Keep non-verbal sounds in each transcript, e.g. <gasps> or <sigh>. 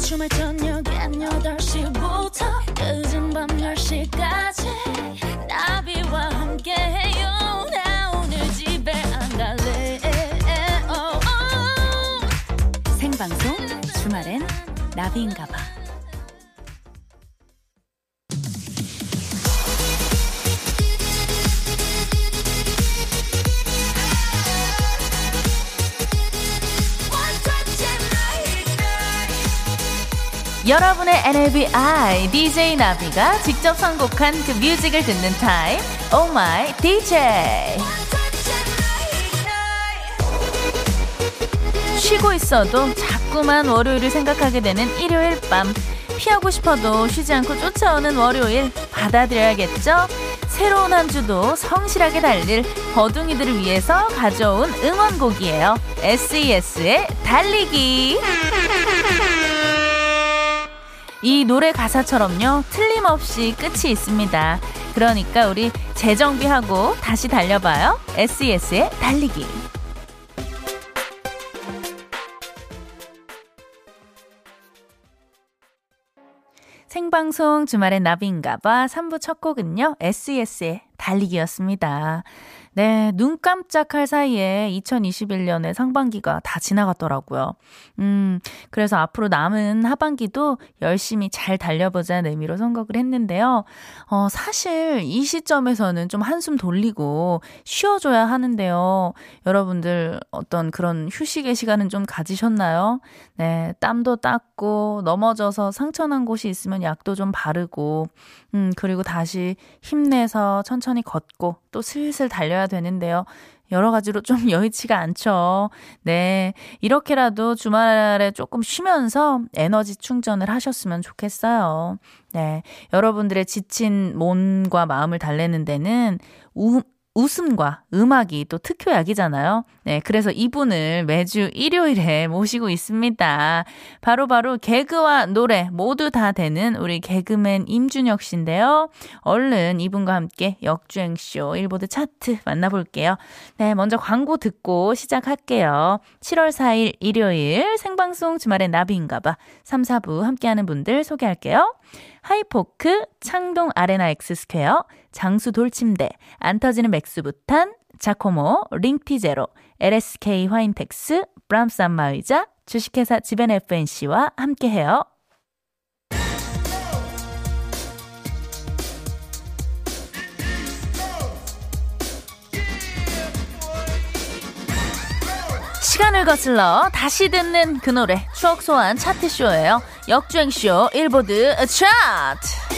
주말 저녁 엔 8시부터 늦은 밤 10시까지 나비와 함께해요 나 오늘 집에 안 갈래 어, 어. 생방송 주말엔 나비인가봐. 여러분의 NLBI DJ 나비가 직접 선곡한 그 뮤직을 듣는 타임. Oh my DJ. 쉬고 있어도 자꾸만 월요일을 생각하게 되는 일요일 밤 피하고 싶어도 쉬지 않고 쫓아오는 월요일 받아들여야겠죠? 새로운 한 주도 성실하게 달릴 버둥이들을 위해서 가져온 응원곡이에요. SES의 달리기. 이 노래 가사처럼요. 틀림없이 끝이 있습니다. 그러니까 우리 재정비하고 다시 달려봐요. SES의 달리기. 생방송 주말엔 나비인가봐 3부 첫 곡은요. SES의 달리기였습니다. 네, 눈 깜짝할 사이에 2021년의 상반기가 다 지나갔더라고요. 음, 그래서 앞으로 남은 하반기도 열심히 잘 달려보자는 의미로 선곡을 했는데요. 어, 사실 이 시점에서는 좀 한숨 돌리고 쉬어줘야 하는데요. 여러분들 어떤 그런 휴식의 시간은 좀 가지셨나요? 네, 땀도 닦고 넘어져서 상처난 곳이 있으면 약도 좀 바르고, 음, 그리고 다시 힘내서 천천히 걷고 또 슬슬 달려야 되는데요. 여러 가지로 좀 <laughs> 여의치가 않죠. 네. 이렇게라도 주말에 조금 쉬면서 에너지 충전을 하셨으면 좋겠어요. 네. 여러분들의 지친 몸과 마음을 달래는 데는 우, 웃음과 음악이 또 특효약이잖아요. 네, 그래서 이분을 매주 일요일에 <laughs> 모시고 있습니다. 바로바로 개그와 노래 모두 다 되는 우리 개그맨 임준혁 씨인데요. 얼른 이분과 함께 역주행쇼 일보드 차트 만나볼게요. 네, 먼저 광고 듣고 시작할게요. 7월 4일 일요일 생방송 주말의 나비인가봐 3, 4부 함께하는 분들 소개할게요. 하이포크, 창동 아레나 엑스스퀘어, 장수 돌침대, 안 터지는 맥스부탄, 자코모, 링티제로, LSK 화인텍스, 브람스 안마의자, 주식회사 지벤 FNC와 함께해요. 시간을 거슬러 다시 듣는 그 노래 추억 소환 차트 쇼예요. 역주행 쇼 일보드 차트.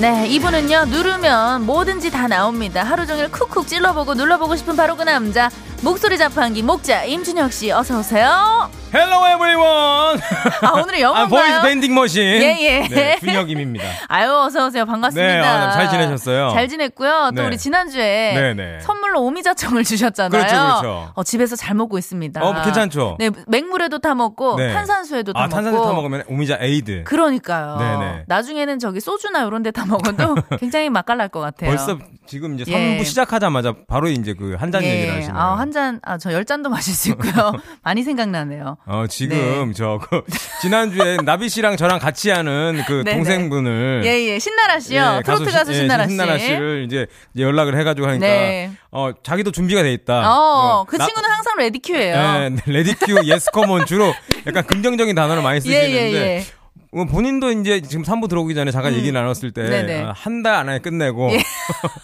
네, 이분은요, 누르면 뭐든지 다 나옵니다. 하루 종일 쿡쿡 찔러보고 눌러보고 싶은 바로 그 남자. 목소리 자판기, 목자, 임준혁 씨, 어서오세요. Hello <laughs> everyone. 아, 오늘의 <laughs> 아, 보이스 영어인가요? 밴딩 머신. 예, 예. 네, <laughs> 준혁임입니다. 아유, 어서오세요. 반갑습니다. 네, 아, 잘 지내셨어요? 잘 지냈고요. 또 네. 우리 지난주에 네, 네. 선물로 오미자청을 주셨잖아요. 그렇죠, 그렇죠. 어, 집에서 잘 먹고 있습니다. 어, 괜찮죠? 네, 맹물에도 타먹고, 네. 탄산수에도 아, 타먹고. 탄산수 타 먹으면 오미자 에이드. 그러니까요. 네네. 나중에는 저기 소주나 이런 데 타먹어도 <laughs> 굉장히 맛깔날 것 같아요. 벌써 지금 이제 예. 3부 시작하자마자 바로 이제 그 한 잔 얘기를 하시네요. 아, 한 잔, 아, 저 열 잔도 마실 수 있고요. <laughs> 많이 생각나네요. 어, 지금 저 그, <laughs> 지난주에 나비 씨랑 저랑 같이 하는 그 네, 네. 동생분을 예, 예. 신나라 씨요. 예, 트로트 가수 시- 예, 신나라 씨. 를 이제 이제 연락을 해가지고 하니까 네. 어 자기도 준비가 돼 있다. 뭐 어, 그 나- 친구는 항상 레디큐예요. 예, 네, 레디큐, 예스컴온 주로 약간 긍정적인 단어를 예, 많이 쓰시는데 어, 본인도 이제 지금 3부 들어오기 전에 잠깐 얘기 나눴을 음. 네네. 예. 때 아, 한 달 안에 끝내고 <laughs>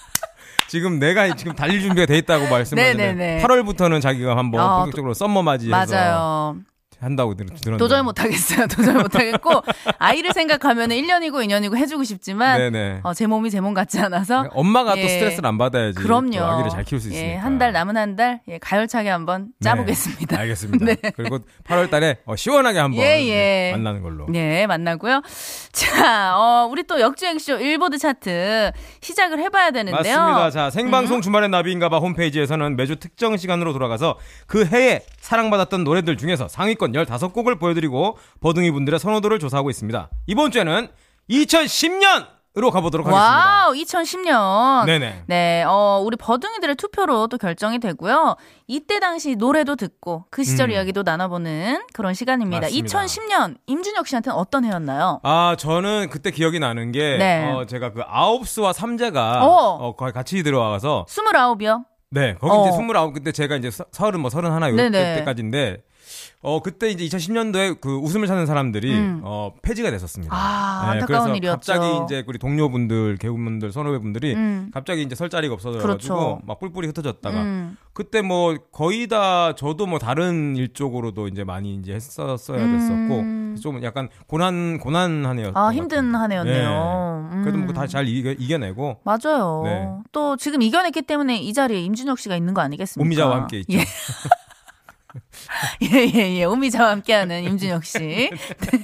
지금 내가 지금 달릴 준비가 돼 있다고 말씀하셨는데 네네네. 8월부터는 자기가 한번 어, 본격적으로 썸머 맞이해서 맞아요. 한다고 들- 들었는데 도저히 못하겠어요. <laughs> 도저히 못하겠고 아이를 생각하면 1년이고 2년이고 해주고 싶지만 네네. 어, 제 몸이 제 몸 같지 않아서 엄마가 예. 또 스트레스를 안 받아야지 그럼요. 또 아기를 잘 키울 수 있으니까 예, 한 달 남은 한 달 예, 가열차게 한번 네. 짜보겠습니다. <laughs> 알겠습니다. 네. 그리고 8월 달에 어, 시원하게 한번 예, 예. 만나는 걸로. 네, 만나고요. 자, 어, 우리 또 역주행쇼 일보드 차트 시작을 해봐야 되는데요. 맞습니다. 음. 자, 생방송 주말의 나비인가봐 홈페이지에서는 매주 특정 시간으로 돌아가서 그 해에 사랑받았던 노래들 중에서 상위권 15곡을 보여드리고 버둥이 분들의 선호도를 조사하고 있습니다. 이번 주에는 2010년 으로 가보도록 하겠습니다. 와우, 2010년. 네네. 네, 어, 우리 버둥이들의 투표로 또 결정이 되고요. 이때 당시 노래도 듣고 그 시절 음. 이야기도 나눠보는 그런 시간입니다. 맞습니다. 2010년 임준혁 씨한테는 어떤 해였나요? 아, 저는 그때 기억이 나는 게, 네. 어, 제가 그 아홉스와 삼재가, 어. 어, 거의 같이 들어와서, 29이요. 네, 거기 어. 이제 29, 그때 제가 이제 서- 서른, 뭐 서른 하나, 요 네네. 때까지인데, 어, 그때 이제 2010년도에 그 웃음을 찾는 사람들이, 음. 어, 폐지가 됐었습니다. 아, 안타까운 네, 그래서 일이었죠. 갑자기 이제 우리 동료분들, 개그분들, 선후배분들이 음. 갑자기 이제 설 자리가 없어져가지고 그렇죠. 막 뿔뿔이 흩어졌다가 음. 그때 뭐 거의 다 저도 뭐 다른 일 쪽으로도 이제 많이 이제 했었어야 됐었고 음. 좀 약간 고난 고난 한 해였던 아, 것 힘든 같아요. 한 해였네요. 네. 그래도 음. 뭐다잘 이겨, 내고 맞아요. 네. 또 지금 이겨냈기 때문에 이 자리에 임준혁 씨가 있는 거 아니겠습니까? 오미자와 함께 있죠. 예. <laughs> 예, 예, 예. 오미자와 함께하는 임준혁 씨.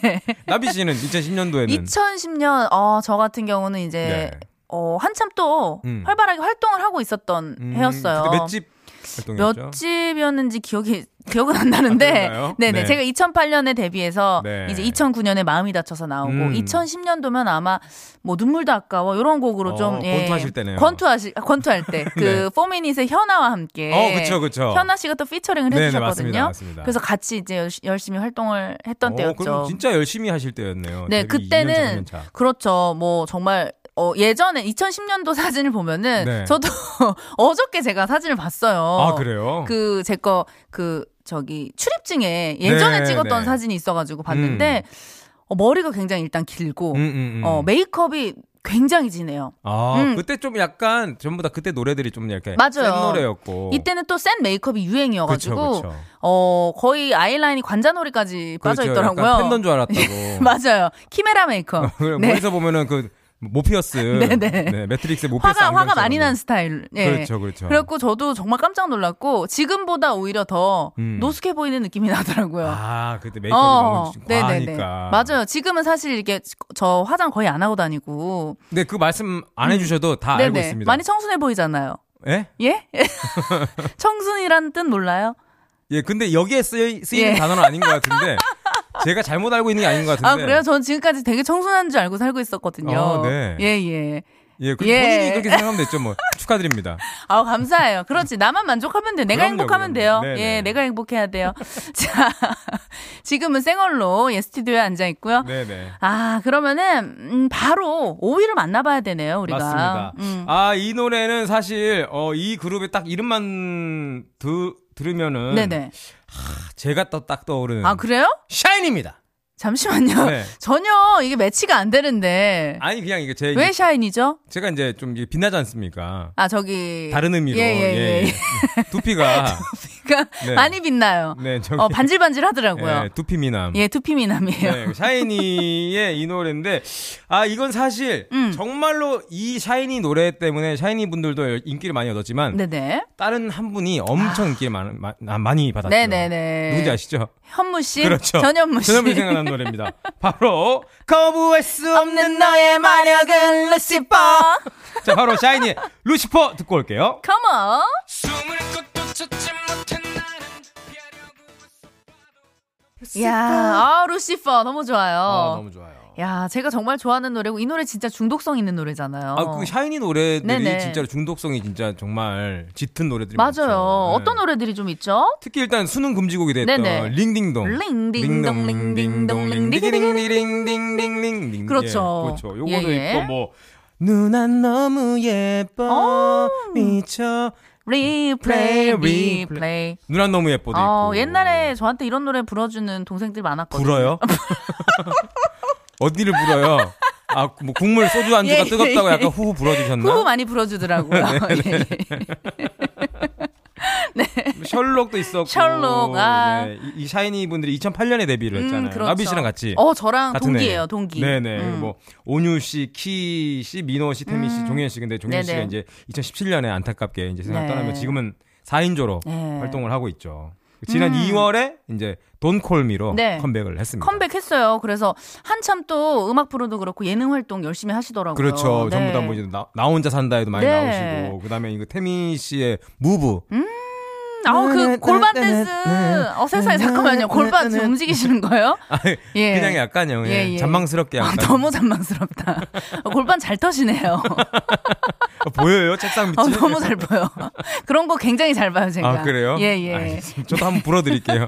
네. 나비 씨는 <laughs> 2010년도에는 2010년, 어, 저 같은 경우는 이제, 네. 어, 한참 또 음. 활발하게 활동을 하고 있었던 해였어요. 그때 몇집 활동이었죠? 몇 집이었는지 기억이 <laughs> 기억은 안 나는데, 그런가요? 네네 네. 제가 2008년에 데뷔해서 네. 이제 2009년에 마음이 다쳐서 나오고 음. 2010년도면 아마 뭐 눈물도 아까워 이런 곡으로 어, 좀 예, 아, 권투하실 때네요. 권투하실 권투할 <laughs> 네. 때그 포미닛의 현아와 함께, 어, 그쵸, 그쵸. 현아 씨가 또 피처링을 네네, 해주셨거든요. 맞습니다, 맞습니다. 그래서 같이 이제 열시- 열심히 활동을 했던 어, 때였죠. 그럼 진짜 열심히 하실 때였네요. 네, 데뷔 그때는 2년차, 3년차. 그렇죠. 뭐 정말 어 예전에 2010년도 사진을 보면은 네. 저도 <laughs> 어저께 제가 사진을 봤어요. 아 그래요? 그 제 거 그 저기 출입증에 예전에 네, 찍었던 네. 사진이 있어가지고 봤는데 어, 머리가 굉장히 일단 길고 음, 음, 음. 어 메이크업이 굉장히 진해요. 아 음. 그때 좀 약간 전부 다 그때 노래들이 좀 이렇게 맞아요. 센 노래였고 이때는 또 센 메이크업이 유행이어가지고 그쵸, 그쵸. 어 거의 아이라인이 관자놀이까지 빠져 그렇죠. 있더라고요. 약간 어, 팬던 줄 알았다고. <laughs> 맞아요. 키메라 메이크업. 그래, 멀리서 보면은 그 모피어스, <laughs> 네네. 매트릭스 모피어스 화가 화가 많이 안경처럼. 난 스타일. 예. 그렇죠, 그렇죠. 그래갖고 저도 정말 깜짝 놀랐고 지금보다 오히려 더 음. 노숙해 보이는 느낌이 나더라고요. 아 그때 메이크업이 어, 너무 좀 네네네. 과하니까. 맞아요. 지금은 사실 이게 저 화장 거의 안 하고 다니고. 근데 그 말씀 안 해주셔도 다 아, 알고 있습니다. 음. 네, 많이 청순해 보이잖아요. 예? <laughs> 예? 청순이란 뜻 몰라요? 예. 근데 여기에 쓰이, 쓰이는 예. 단어는 아닌 것 같은데 제가 잘못 알고 있는 게 아닌 것 같은데. 아, 그래요? 전 지금까지 되게 청순한 줄 알고 살고 있었거든요. 어, 네. 예, 예. 예. 그 예. 본인이 그렇게 생각하면 됐죠. 뭐 <laughs> 축하드립니다. 아우, 감사해요. 그렇지. 나만 만족하면 돼. 내가 그럼요, 행복하면 돼요. 그럼요. 네네. 예, 내가 행복해야 돼요. <laughs> 자, 지금은 생얼로 예, 스튜디오에 앉아있고요. 네네. 아, 그러면은, 음, 바로 5위를 만나봐야 되네요, 우리가. 맞습니다. 음. 아 이 노래는 사실 어, 이 그룹의 딱 이름만 드, 들으면은 아, 네네. 제가 또 딱 떠오르는 아, 그래요? 샤인입니다. 잠시만요. 음. 네. <laughs> 전혀 이게 매치가 안 되는데. 아니 그냥 이게 제 왜 샤인이죠? 제가 이제 좀 이게 빛나지 않습니까? 아, 저기. 다른 의미로 예, 예, 예. 예, 예. <laughs> 두피가 그러니까 네. 많이 빛나요. 네 저기 어, 반질반질 하더라고요. 예, 두피 미남. 예, 투피미남이에요. 네, 샤이니의 이 노래인데 아 이건 사실 음. 정말로 이 샤이니 노래 때문에 샤이니 분들도 인기를 많이 얻었지만 <laughs> 네네. 다른 한 분이 엄청 인기를 많, 많, 아, 많이 받았죠. 네네네. 누군지 아시죠? 현무 씨. 그렇죠. 전현무 씨. 전현무 <laughs> 생각난 노래입니다. 바로 거부할 수 없는 너의 마력은 <laughs> 루시퍼. 자 바로 샤이니의 루시퍼 듣고 올게요. 컴온. 숨을 것도 찾지 못한 나는 피하려고 야, 아, 루시퍼 너무 좋아요. 아 너무 좋아요. 야, 제가 정말 좋아하는 노래고 이 노래 진짜 중독성 있는 노래잖아요. 아, 그 샤이니 노래들이 어. 네네. 진짜로 중독성이 진짜 정말 짙은 노래들이 맞아요. 많죠. 네. 어떤 노래들이 좀 있죠? 특히 일단 수능 금지곡이 됐던 네네. 링딩동. 링딩동, 링딩동, 링딩딩딩딩딩딩딩. 그렇죠. 예, 그렇죠. 요거도 예, 예. 있고 뭐 누나 너무 예뻐 어. 미쳐 리플레이, 리플레이. 리플레이. 누나 너무 예뻐도 어, 있고. 옛날에 저한테 이런 노래 불러주는 동생들이 많았거든요. 불어요? <laughs> 어디를 불어요? 아, 뭐 국물 소주 안주가 예, 예, 뜨겁다고 예. 약간 후후 불어주셨나? 네. 후후 <laughs> 많이 불어주더라고요. <laughs> 예, 예. 셜록도 있었고. 셜록, 아. 네, 이, 이 샤이니 분들이 2008년에 데뷔를 했잖아요. 그렇죠. 나비 씨랑 같이. 어, 저랑 같은 동기예요, 해. 동기. 네네. 음. 뭐 온유 씨, 키 씨, 민호 씨, 태민 씨, 종현 씨. 근데 종현 씨가 네네. 이제 2017년에 안타깝게 이제 세상을 네. 떠나면 지금은 4인조로 네. 음. 활동을 하고 있죠. 지난 2월에 이제 돈콜미로 네. 컴백을 했습니다. 컴백했어요. 그래서 한참 또 음악 프로도 그렇고 예능 활동 열심히 하시더라고요. 그렇죠. 네. 전부 다 뭐 이제 나, 나 혼자 산다에도 많이 네. 나오시고 그다음에 이거 태민 씨의 무브. 음, 아우 그 골반 댄스. 어 세상에 잠깐만요. 골반 지금 움직이시는 거예요? <laughs> 아니, 예. 그냥 약간요. 예. 예, 예. 잔망스럽게 아, 약간. 너무 잔망스럽다. 어, 골반 <laughs> 잘 터시네요. 어, 보여요? 책상 밑에. 어, 너무 잘 보여. 그런 거 굉장히 잘 봐요, 제가. 아 그래요? 예, 예. 알겠습니다. 저도 한번 <laughs> 불어드릴게요.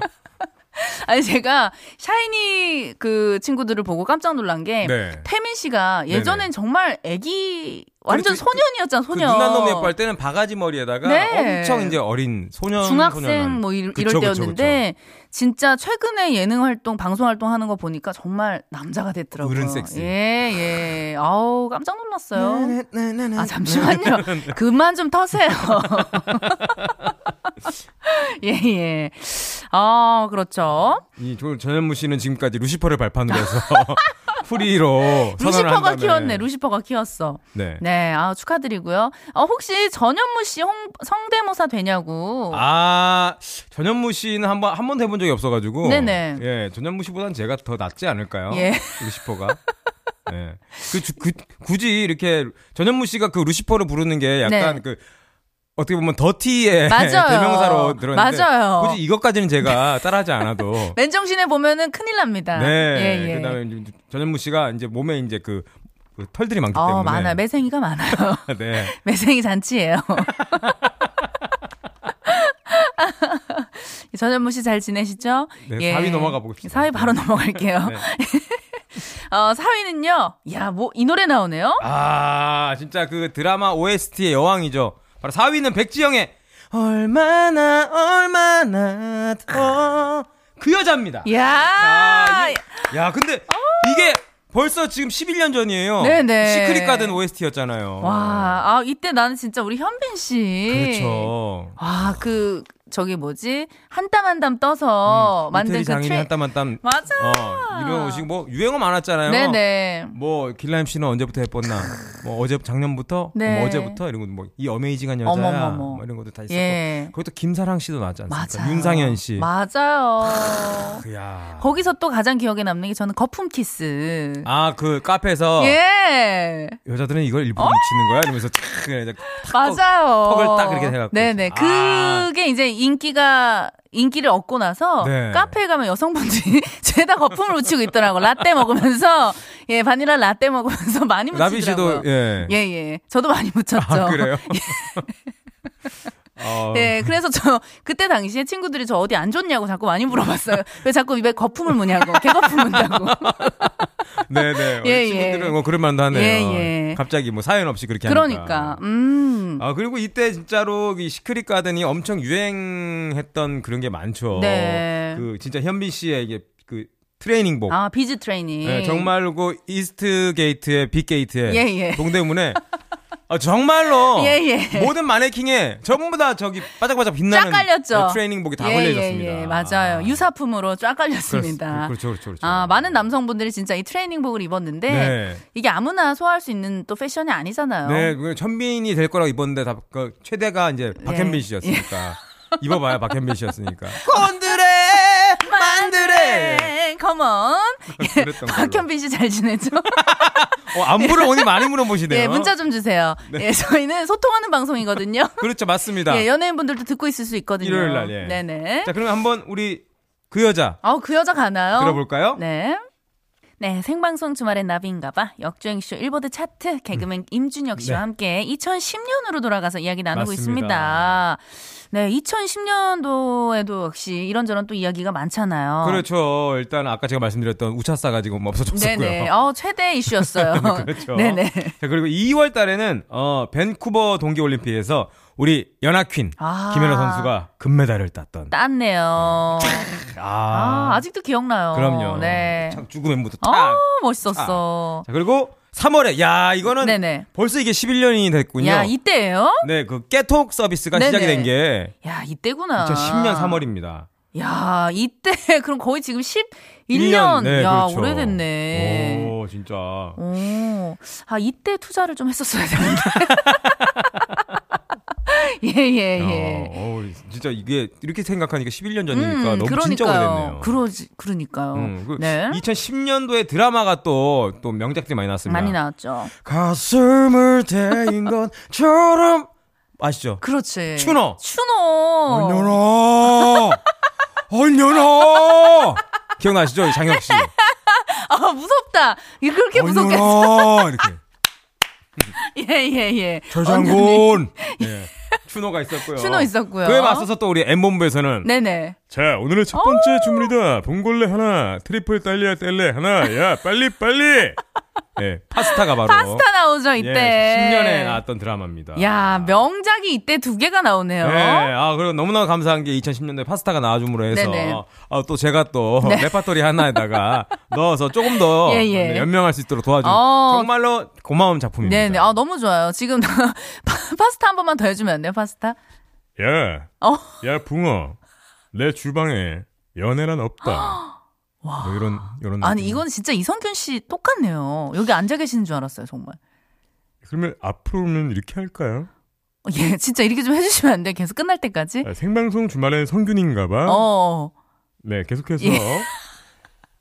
아니 제가 샤이니 그 친구들을 보고 깜짝 놀란 게 네. 태민 씨가 예전엔 네네. 정말 애기 완전 그렇지. 소년이었잖아 그 소년. 누나 놈 예뻐 할 때는 바가지 머리에다가 네. 엄청 이제 어린 소년 중학생 소년한. 뭐 이, 그쵸, 럴 그쵸, 때였는데 진짜 최근에 예능 활동 방송 활동 하는 거 보니까 정말 남자가 됐더라고요. 어른 섹시. 네. 예 예. 아우 깜짝 놀랐어요. 그쵸. 아 잠시만요. 네. <laughs> 그만 좀 터세요. <laughs> 예 예. 아 그렇죠. 이 조- 전현무 씨는 지금까지 루시퍼를 발판으로 <laughs> 해서 <laughs> 프리로 선언을 루시퍼가 한다면 키웠네. 루시퍼가 키웠어. 네. 네, 아 축하드리고요. 어, 혹시 전현무 씨 홍, 성대모사 되냐고. 아 전현무 씨는 한번 한 번도 해본 적이 없어가지고 네네. 예 전현무 씨보다는 제가 더 낫지 않을까요? 예. 루시퍼가. 예. 그, 주- 그- 굳이 이렇게 전현무 씨가 그 루시퍼를 부르는 게 약간 네. 그 어떻게 보면 더티의 <laughs> 맞아요. 대명사로 들었는데 맞아요. 굳이 이것까지는 제가 따라하지 <laughs> 않아도 맨정신에 보면은 큰일 납니다. 네. 예, 예. 그다음에 이제 전현무 씨가 이제 몸에 이제 그, 그 털들이 많기 때문에 어, 많아. 매생이가 많아요. 네. <laughs> 매생이 잔치예요. 전현무 씨 잘 지내시죠? 네, 사위 넘어가 보겠습니다. 4위 바로 넘어갈게요. 네. <laughs> 어, 4위는요. 야, 뭐 이 노래 나오네요. 아 진짜 그 드라마 OST의 여왕이죠. 바로 4위는 백지영의 얼마나 얼마나 더그 여자입니다. 야! 아, 이- 야 근데 이게 벌써 지금 11년 전이에요. 네네. 시크릿 가든 OST였잖아요. 와, 예. 아, 이때 나는 진짜 우리 현빈 씨. 그렇죠. 아, 그, 저기 뭐지? 한 땀 한 땀 떠서 만든 음, 이태리 그 장인이 트레... 한땀 한땀 맞아! 어, 이런 옷이 뭐 유행어 많았잖아요. 네네. 뭐 길라임 씨는 언제부터 예뻤나? 뭐 어제 작년부터, 네. 뭐 어제부터 이런 거 뭐 이 어메이징한 여자야, 어머머머. 뭐 이런 것도 다 있었고. 예. 거기 또 김사랑 씨도 나왔지 않습니까? 맞아요. 윤상현 씨. 맞아요. 야. 거기서 또 가장 기억에 남는 게 저는 거품 키스. 아, 그 카페에서 예. 어? 여자들은 이걸 일부러 묻히는 거야? 이러면서 착 그냥 이제 턱- 맞아요. 턱을 딱 이렇게 해갖고. 네네. 아. 그게 이제 인기가, 인기를 얻고 나서 네. 카페에 가면 여성분들이 <laughs> 죄다 거품을 묻히고 있더라고. 라떼 먹으면서. 예, 바닐라 라떼 먹으면서 많이 나비 묻히더라고요. 씨도 예. 예, 예. 저도 많이 묻혔죠. 아, <laughs> 그래요? 어, 네, 그래서 저 그때 당시에 친구들이 저 어디 안 좋냐고 자꾸 많이 물어봤어요. 왜 자꾸 입에 거품을 무냐고, 개거품 문다고. 네네. 예, 우리 친구들은 예. 뭐 그런 말도 하네요. 예, 예. 갑자기 뭐 사연 없이 <laughs> 그렇게 그러니까, 하니까. 음. 아 그리고 이때 진짜로 이 시크릿 가든이 엄청 유행했던 그런 게 많죠. 네. 그 진짜 현빈 씨의 이게 그 트레이닝복. 아 비즈 트레이닝. 네, 정말로 그 이스트 게이트에 빅 게이트에 예, 예. 동대문에 아, 정말로 <laughs> 예, 예. 모든 마네킹에 전부 다 저기 바짝바짝 빛나는 쫙 깔렸죠. 네, 트레이닝복이 다 예, 걸려 있었습니다. 예, 예, 맞아요. 유사품으로 쫙 깔렸습니다. 그렇- 그렇죠, 그렇죠, 그렇죠. 아, 많은 남성분들이 진짜 이 트레이닝복을 입었는데 네. 이게 아무나 소화할 수 있는 또 패션이 아니잖아요. 네, 그 천빈이 될 거라고 입었는데 다, 그 최대가 이제 박현빈 예. 씨였으니까 입어봐요, 박현빈 씨였으니까. <laughs> 곤드레 만드레 컴온. <laughs> 예, 그랬던 걸로. 박현빈 씨 잘 지내죠? 어, 안부를 오늘 많이 <laughs> 물어보시네요. 네. 예, 문자 좀 주세요. 예, 저희는 소통하는 방송이거든요. 그렇죠, 맞습니다. 예, 연예인분들도 듣고 있을 수 있거든요. 일요일 날, 예. 네네. 자, 그러면 한번 우리 그 여자 아우, 그 여자 가나요? 들어볼까요? 네. 네, 생방송 주말엔 나비인가봐. 역주행쇼 일보드 차트 개그맨 임준혁 씨와 네. 함께 2010년으로 돌아가서 이야기 나누고 맞습니다. 있습니다. 네, 2010년도에도 역시 이런저런 또 이야기가 많잖아요. 그렇죠. 일단 아까 제가 말씀드렸던 우차싸가 지금 없어졌고요. <laughs> 네네. 어, 최대 이슈였어요. 그렇죠. 네네. 자, 그리고 2월 달에는 어, 밴쿠버 동계 올림픽에서 우리 연하퀸 아. 김연아 선수가 금메달을 땄던 땄네요. 아, 아, 아직도 기억나요. 그럼요. 네. 참 죽음의 무도 아, 탁. 멋있었어. 자, 그리고 3월에 야, 이거는 네네. 벌써 이게 11년이 됐군요. 야, 이때예요? 네, 그 깨톡 서비스가 네네. 아. 시작이 된 게 야, 이때구나. 2010년 3월입니다. 야, 이때 <laughs> 그럼 거의 지금 11년. 네, 야, 그렇죠. 오래됐네. 오, 진짜. 오. 아, 이때 투자를 좀 했었어야 되는데. <laughs> 예, 예, 예. 야, 어우, 진짜 이게 이렇게 생각하니까 11년 전이니까 너무 진짜 음, 그러니까요. 오래됐네요. 그러지, 그러니까요. 음, 그 네. 2010년도에 드라마가 또, 또 명작들이 많이 나왔습니다. <laughs> 많이 나왔죠. 가슴을 대인 것처럼 아시죠? 그렇지. 추노. 추노. 어. 얼려라! <laughs> 얼려라! 기억나시죠? 장혁 씨. 아, 무섭다. <laughs> 이게 그렇게 무섭게. 얼려라! 이렇게. <laughs> 예, 예, 예. 언니. 절장군! 예. 추노가 있었고요. 추노 있었고요. 어. 그에 맞서서 또 우리 M본부에서는 네네. 어. 자, 오늘의 첫 번째 주문이다. 봉골레 하나, 트리플 딸리아 뗄레 하나. 야, 빨리 <laughs> 빨리. 예, 파스타가 바로 파스타 나오죠, 예, 이때. 10년에 나왔던 드라마입니다. 야, 명작이 이때 두 개가 나오네요. 네, 아 그리고 너무나 감사한 게 2010년도에 파스타가 나와줌으로 네네. 네. 해서 아, 또 제가 <laughs> 또 레파토리 하나에다가 넣어서 조금 더 예, 예. 연명할 수 있도록 도와준 어. 정말로 고마운 작품입니다. 네네. 아, 너무 좋아요. 지금 <laughs> 파- 파스타 한 번만 더 해주면 안 돼요, 파스타? 야, 어. 야 붕어, 내 주방에 연애란 <gasps> 없다. 뭐 이런 이런. 아니, 느낌. 이건 진짜 이성균 씨 똑같네요. 여기 앉아 계시는 줄 알았어요, 정말. 그러면 앞으로는 이렇게 할까요? 어, 예, 진짜 이렇게 좀 해주시면 안 돼요. 계속 끝날 때까지. 아, 생방송 주말에 성균인가봐. 어. 네, 계속해서 <laughs> 예.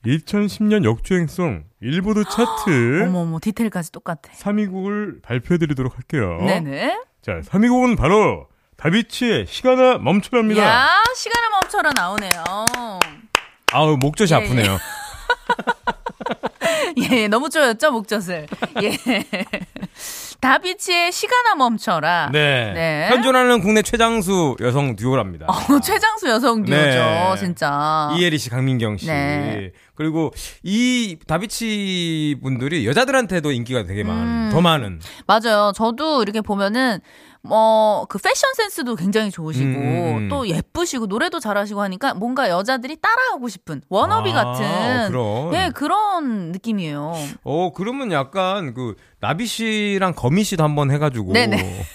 2010년 역주행송 일보드 차트 <gasps> 어머, 어머, 디테일까지 똑같아. 3위곡을 발표해드리도록 할게요. 네네. 자, 3위곡은 바로 다비치의 시간아 멈춰랍니다. 야, 시간을 멈춰라 나오네요. <laughs> 아우 목젖이 예, 아프네요. 예, 너무 쪼였죠, 목젖을. 예. <laughs> 다비치의 시간아 멈춰라. 네. 네. 현존하는 국내 최장수 여성 듀오랍니다. 어, 최장수 여성 듀오죠, 네. 진짜. 이혜리 씨, 강민경 씨. 네. 그리고 이 다비치 분들이 여자들한테도 인기가 되게 많은, 음. 더 많은. 맞아요. 저도 이렇게 보면은 뭐, 그 패션 센스도 굉장히 좋으시고, 음, 음. 또 예쁘시고, 노래도 잘하시고 하니까 뭔가 여자들이 따라하고 싶은, 워너비 아, 같은. 그런. 네, 그런 느낌이에요. 어, 그러면 약간 그 나비 씨랑 거미 씨도 한번 해가지고. 네네.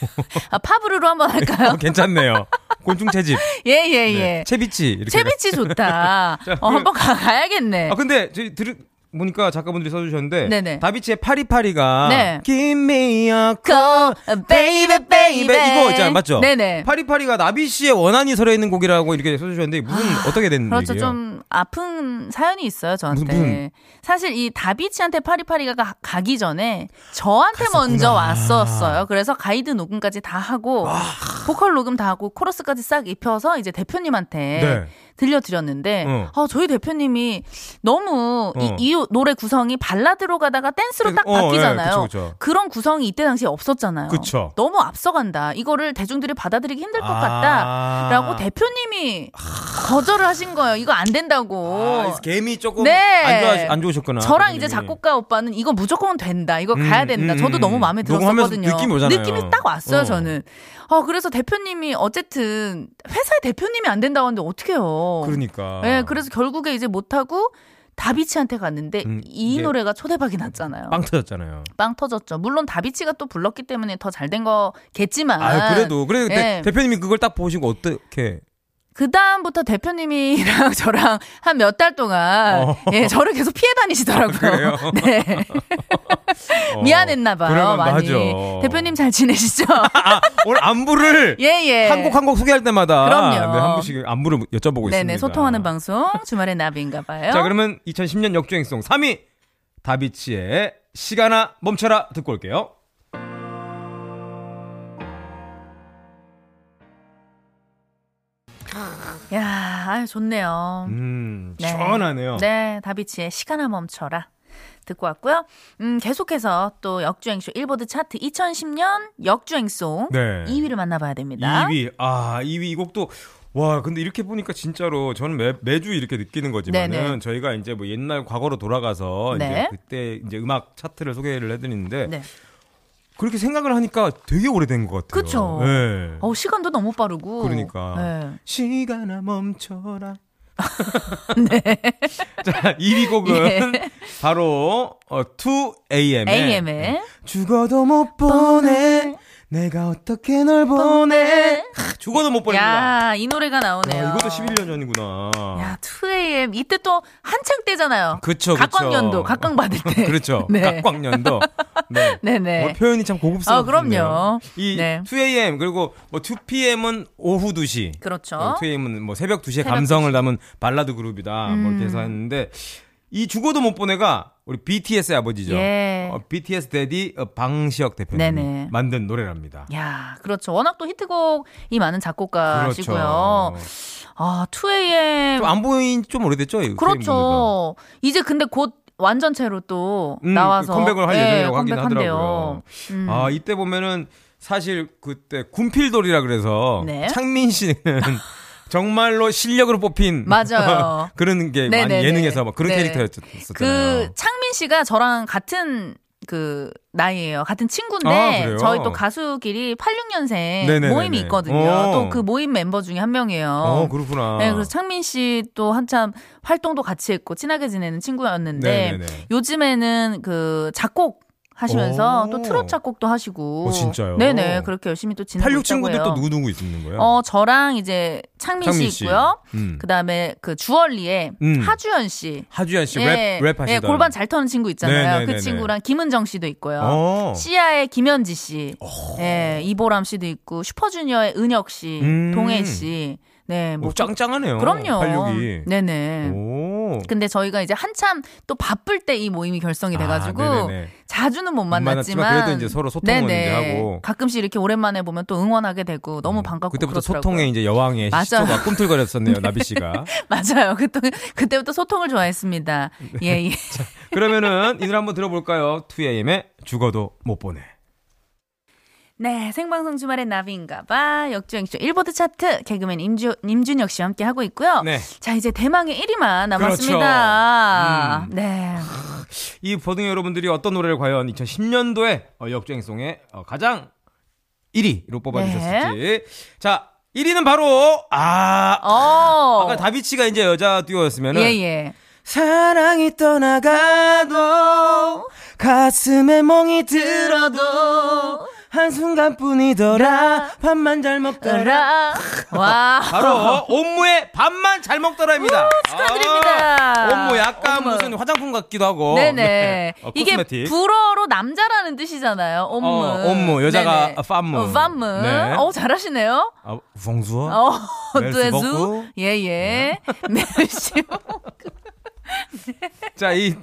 아, 파브르로 한번 할까요? <laughs> 어, 괜찮네요. 곤충 채집. 예, <laughs> 예, 예. 네. 채비치. 이렇게. <laughs> 채비치 좋다. 어, 그- 한번 가- 가야겠네. 어, 아 근데 저희 들 보니까 작가분들이 써주셨는데 네네. 다비치의 파리파리가 네. Give me a Go, baby, baby. baby 이거 있잖아 맞죠? 네네. 파리파리가 나비 씨의 원한이 서려 있는 곡이라고 이렇게 써주셨는데 무슨 어떻게 된 그렇죠. 얘기예요? 좀 아픈 사연이 있어요, 저한테. 무슨- 무슨- 사실 이 다비치한테 파리파리가 가, 가기 전에 저한테 먼저 왔었어요. 그래서 가이드 녹음까지 다 하고 아. 보컬 녹음 다 하고 코러스까지 싹 입혀서 이제 대표님한테 네. 들려드렸는데 어. 아, 저희 대표님이 너무 이, 어. 이 노래 구성이 발라드로 가다가 댄스로 딱 어, 예, 바뀌잖아요. 어. 그쵸, 그쵸. 그런 구성이 이때 당시에 없었잖아요. 그쵸. 너무 앞서간다. 이거를 대중들이 받아들이기 힘들 것 아. 같다라고 대표님이 거절을 하신 거예요. 이거 안 된다고. 아, 그래서 개미 조금 네. 안, 좋아, 안 좋으셨구나. 저랑 이제 선생님이. 작곡가 오빠는 이거 무조건 된다. 이거 음, 가야 된다. 음, 저도 음. 너무 마음에 녹음하면서 들었었거든요. 느낌이 오잖아요. 딱 왔어요, 어. 저는. 어, 그래서 대표님이 어쨌든 회사의 대표님이 안 된다고 하는데 어떡해요. 그러니까. 예, 그래서 결국에 이제 못하고 다비치한테 갔는데 음, 이 이게 노래가 초대박이 났잖아요. 빵 터졌잖아요. 빵 터졌죠. 물론 다비치가 또 불렀기 때문에 더 잘 된 거겠지만. 아 그래도 그래도 예. 대, 대표님이 그걸 딱 보시고 어떻게 그 다음부터 대표님이랑 <laughs> 저랑 한 몇 달 동안 어. 아, 예 저를 계속 피해 다니시더라고요. 그래요? 네 어, <laughs> 미안했나봐요 그러면 많이. 맞아. 대표님 <laughs> 잘 지내시죠? 아 오늘 안부를 <laughs> 예예. 한 곡 한 곡 소개할 때마다 그럼요. 네, 한 분씩 안부를 여쭤보고 네네 있습니다. 소통하는 방송 주말의 나비인가봐요. 자, 그러면 2010년 역주행송 3위 다비치의 시간아 멈춰라 듣고 올게요. 야 아유, 좋네요. 음, 네. 시원하네요. 네, 다비치의 시간아 멈춰라 듣고 왔고요. 음, 계속해서 또 역주행쇼 일보드 차트 2010년 역주행송 네. 2위를 만나봐야 됩니다. 2위. 아, 2위 이 곡도 와, 근데 이렇게 보니까 진짜로 저는 매, 매주 이렇게 느끼는 거지만은 네네. 저희가 이제 뭐 옛날 과거로 돌아가서 이제 네. 그때 이제 음악 차트를 소개를 해 드리는데 네. 그렇게 생각을 하니까 되게 오래된 것 같아요. 그쵸. 네. 어 시간도 너무 빠르고. 그러니까. 네. 시간아 <laughs> 멈춰라. 네. <laughs> 자, 2위 곡은 바로 어, 2AM의 예. AM의 네. 죽어도 못 보내. 내가 어떻게 널 보내. 크, 죽어도 못 보냅니다. 야, 이 노래가 나오네요. 와, 이것도 11년 전이구나. 야, 2AM 이때 또 한창 때잖아요. 그쵸, 그쵸. 각광연도, 각광 받을 때. <laughs> <laughs> 그렇죠. <laughs> 네. 각광년도. 네. 네네. 뭐 표현이 참 고급스럽네요. 아, 그럼요. 이 네. 2AM 그리고 뭐 2PM은 오후 2시. 그렇죠. 2AM은 뭐 새벽 2시에 새벽 음. 감성을 담은 발라드 그룹이다. 뭐 이렇게 해서 했는데 이 죽어도 못 보내가 우리 BTS의 아버지죠. 예. 어, BTS 데디 어, 방시혁 대표님이 네네. 만든 노래랍니다. 야, 그렇죠. 워낙 또 히트곡이 많은 작곡가시고요. 아, 2AM. 그렇죠. 좀 안 보인 지좀 오래됐죠? 이 선생님들도. 그렇죠. 이제 근데 곧 완전체로 또 음, 나와서 컴백을 할 예, 예정이라고 하긴 컴백한대요. 하더라고요. 음. 아 이때 보면은 사실 그때 군필돌이라 그래서 네. 창민 씨는 <laughs> 정말로 실력으로 뽑힌 맞아요. <laughs> 그런 게 많이 네네네. 예능에서 막 그런 네. 캐릭터였었잖아요. 그 창민 씨가 저랑 같은 그 나이예요. 같은 아, 친구인데 그래요? 저희 또 가수끼리 86년생 네네네네. 모임이 있거든요. 어. 또 그 모임 멤버 중에 한 명이에요. 어 그렇구나. 네, 그래서 창민 씨 또 한참 활동도 같이 했고 친하게 지내는 친구였는데 네네네. 요즘에는 그 작곡 하시면서 오. 또 트롯 작곡도 하시고 어, 진짜요? 네네 그렇게 열심히 또 지내고 86 있다고 친구들 해요. 또 누구 누구 있는 거예요? 어 저랑 이제 창민, 창민 씨 있고요. 음. 그다음에 그 주얼리의 음. 하주연 씨. 하주연 씨 랩 예, 랩하시던 예, 골반 잘 터는 친구 있잖아요. 네네네네. 그 친구랑 김은정 씨도 있고요. 어. 시아의 김현지 씨, 예, 이보람 씨도 있고 슈퍼주니어의 은혁 씨, 음. 동해 씨, 네, 뭐 오, 짱짱하네요. 그럼요. 86이. 네네. 오. 근데 저희가 이제 한참 또 바쁠 때 이 모임이 결성이 돼가지고 아, 네네네. 자주는 못 만났지만 만났지만 그래도 이제 서로 소통은 네네. 이제 하고. 가끔씩 이렇게 오랜만에 보면 또 응원하게 되고 너무 음, 반갑고 그때부터 그렇더라고요. 소통의 이제 여왕의 맞아요. 시초가 꿈틀거렸었네요 나비 씨가 <laughs> 맞아요. 그때 그때부터 소통을 좋아했습니다. 네. 예 예. 그러면은 이 노래 한번 들어볼까요 2AM의 죽어도 못 보내 네, 생방송 주말의 나비인가봐. 역주행쇼 일보드 차트 개그맨 임주, 임준혁 씨와 함께 하고 있고요. 네. 그렇죠. 자, 이제 대망의 1위만 음. 남았습니다. 네. 이 버둥이 여러분들이 어떤 노래를 과연 2010년도에 역주행송의 어, 가장 1위로 뽑아주셨을지 네. 자 1위는 바로 아 어. 아까 다비치가 이제 여자 듀오였으면은 예, 예. 사랑이 떠나가도 가슴에 멍이 들어도 한순간뿐이더라 밥만 잘 으라. 와. 어. 바로 옴무의 밥만 잘 먹더라입니다 축하드립니다. 아, 옴무 약간 어머. 무슨 화장품 같기도 하고 네네. 어, 이게 코스메틱. 불어로 남자라는 뜻이잖아요. 옴무. 어, 옴무. 여자가 네네. 팜무. 어, 팜무. 네. 어, 잘하시네요. 아, 봉수어 어, 멜스 뇌수. 먹고. 네. 예, 예. 멜시. 자, 이,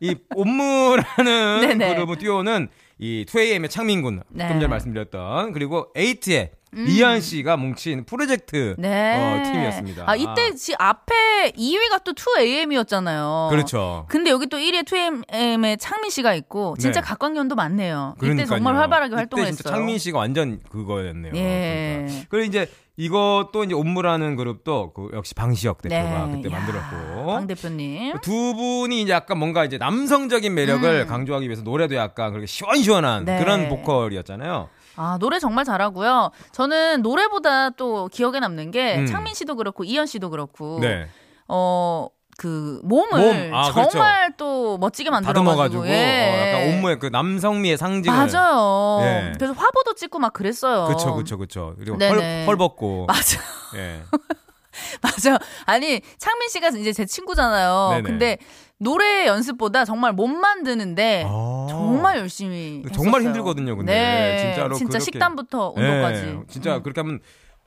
이 옴무라는 <laughs> 네네. 그룹을 띄우는 이 2AM의 창민군, 네. 음. 좀 전에 말씀드렸던, 그리고 에이트의 이한 씨가 뭉친 프로젝트 네. 어, 팀이었습니다. 아, 이때 지 앞에 2위가 또 어, 2AM이었잖아요. 그렇죠. 근데 여기 또 1위에 2AM의 창민 씨가 있고 진짜 네. 각광견도 많네요. 그러니까요. 이때 정말 활발하게 이때 활동을 했어요. 진짜 창민 씨가 완전 그거였네요. 예. 그러니까. 그리고 이제 이것도 이제 옴무라는 그룹도 그 역시 방시혁 대표가 그때 네. 야, 만들었고. 그 강 대표님. 두 분이 이제 약간 뭔가 이제 남성적인 매력을 강조하기 위해서 노래도 약간 그렇게 시원시원한 음. 네. 그런 보컬이었잖아요. 아, 노래 정말 잘하고요. 저는 노래보다 또 기억에 남는 게 음. 창민 씨도 그렇고 이현 씨도 그렇고 네. 어, 그 몸을 몸. 아, 그렇죠. 정말 또 멋지게 만들어 다듬어가지고 가지고 예. 어, 약간 온무의 그 남성미의 상징을 맞아요. 예. 그래서 화보도 찍고 막 그랬어요. 그쵸 그쵸 그쵸 그리고 네네. 헐, 헐벗고 맞아. 예. <laughs> 맞아요. 아니 창민 씨가 이제 제 친구잖아요. 네네. 근데 노래 연습보다 정말 못 만드는데 네. 정말 열심히 아. 정말 했었어요. 힘들거든요, 근데. 네, 진짜로 진짜 그렇게. 식단부터 예, 운동까지. 진짜 음. 그렇게 하면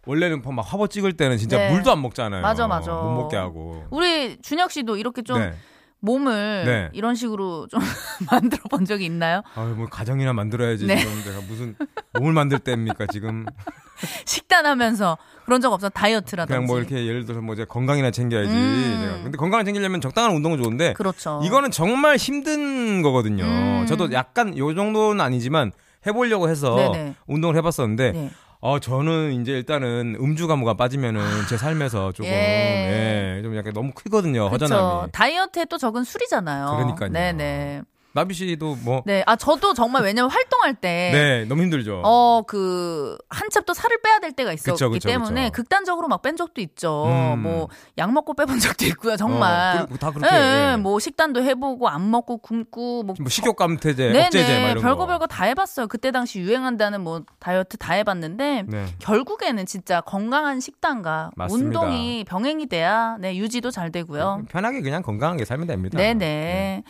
원래는 뭐 막 화보 찍을 때는 진짜 네. 물도 안 먹잖아요 맞아 맞아. 못 먹게 하고 우리 준혁 씨도 이렇게 좀 네. 몸을 네. 이런 식으로 좀 <laughs> 만들어 본 적이 있나요? 아유 뭐 가정이나 만들어야지 네. 지금 내가 무슨 몸을 만들 때입니까 지금 식단하면서 그런 적 없어? 다이어트라든지. 그냥 뭐 이렇게 예를 들어서 뭐 이제 건강이나 챙겨야지. 음. 내가. 근데 건강을 챙기려면 적당한 운동은 좋은데 그렇죠. 이거는 정말 힘든 거거든요. 음. 저도 약간 요 정도는 아니지만 해보려고 해서 네네. 운동을 해봤었는데 네. 어 저는 이제 일단은 음주 가무가 빠지면은 제 삶에서 조금 아. 예. 예, 좀 약간 너무 크거든요 그렇죠. 허전함이. 다이어트에 또 적은 술이잖아요. 그러니까요. 네네. 나비 씨도 뭐 네, 네. 아 저도 정말 왜냐면 활동할 때 너무 힘들죠. 네. 어, 그, 한참 또 살을 빼야 될 때가 있었기 그쵸, 그쵸, 때문에 그쵸. 극단적으로 막 뺀 적도 있죠. 음. 뭐, 약 먹고 빼본 <laughs> 적도 있고요, 정말. 어, 그리고 다 그렇게 예, 예. 뭐, 뭐, 식단도 해보고, 안 먹고, 굶고, 뭐. 식욕감퇴제, 억제제 막 네네, 이런 별거 거. 별거 다 해봤어요. 그때 당시 유행한다는 뭐, 다이어트 다 해봤는데. 네. 결국에는 진짜 건강한 식단과 맞습니다. 운동이 병행이 돼야 네, 유지도 잘 되고요. 편하게 그냥 건강하게 살면 됩니다. 네네. 예.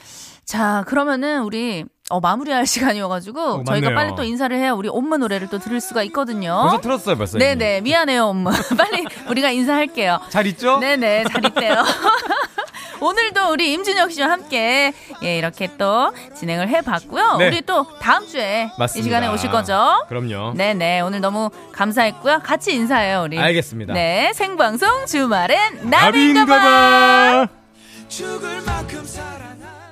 자, 그러면은 우리 어, 마무리할 <laughs> 시간이어가지고 저희가 맞네요. 빨리 또 인사를 해야 우리 엄마 노래를 또 들을 수가 있거든요. 벌써 틀었어요, 벌써. 이미. 네네. <laughs> 미안해요, <laughs> 엄마. 빨리 우리가 인사할게요. 잘 있죠? 네네. 잘 있대요. 오늘도 우리 임준혁 씨와 함께 예, 이렇게 또 진행을 해봤고요. 네. 우리 또 다음 주에 이 맞습니다. 시간에 오실 거죠? 그럼요. 네네 오늘 너무 감사했고요. 같이 인사해요 우리. 알겠습니다. 네 생방송 주말엔 나비인가봐. 나비인가봐. 죽을 만큼 사랑하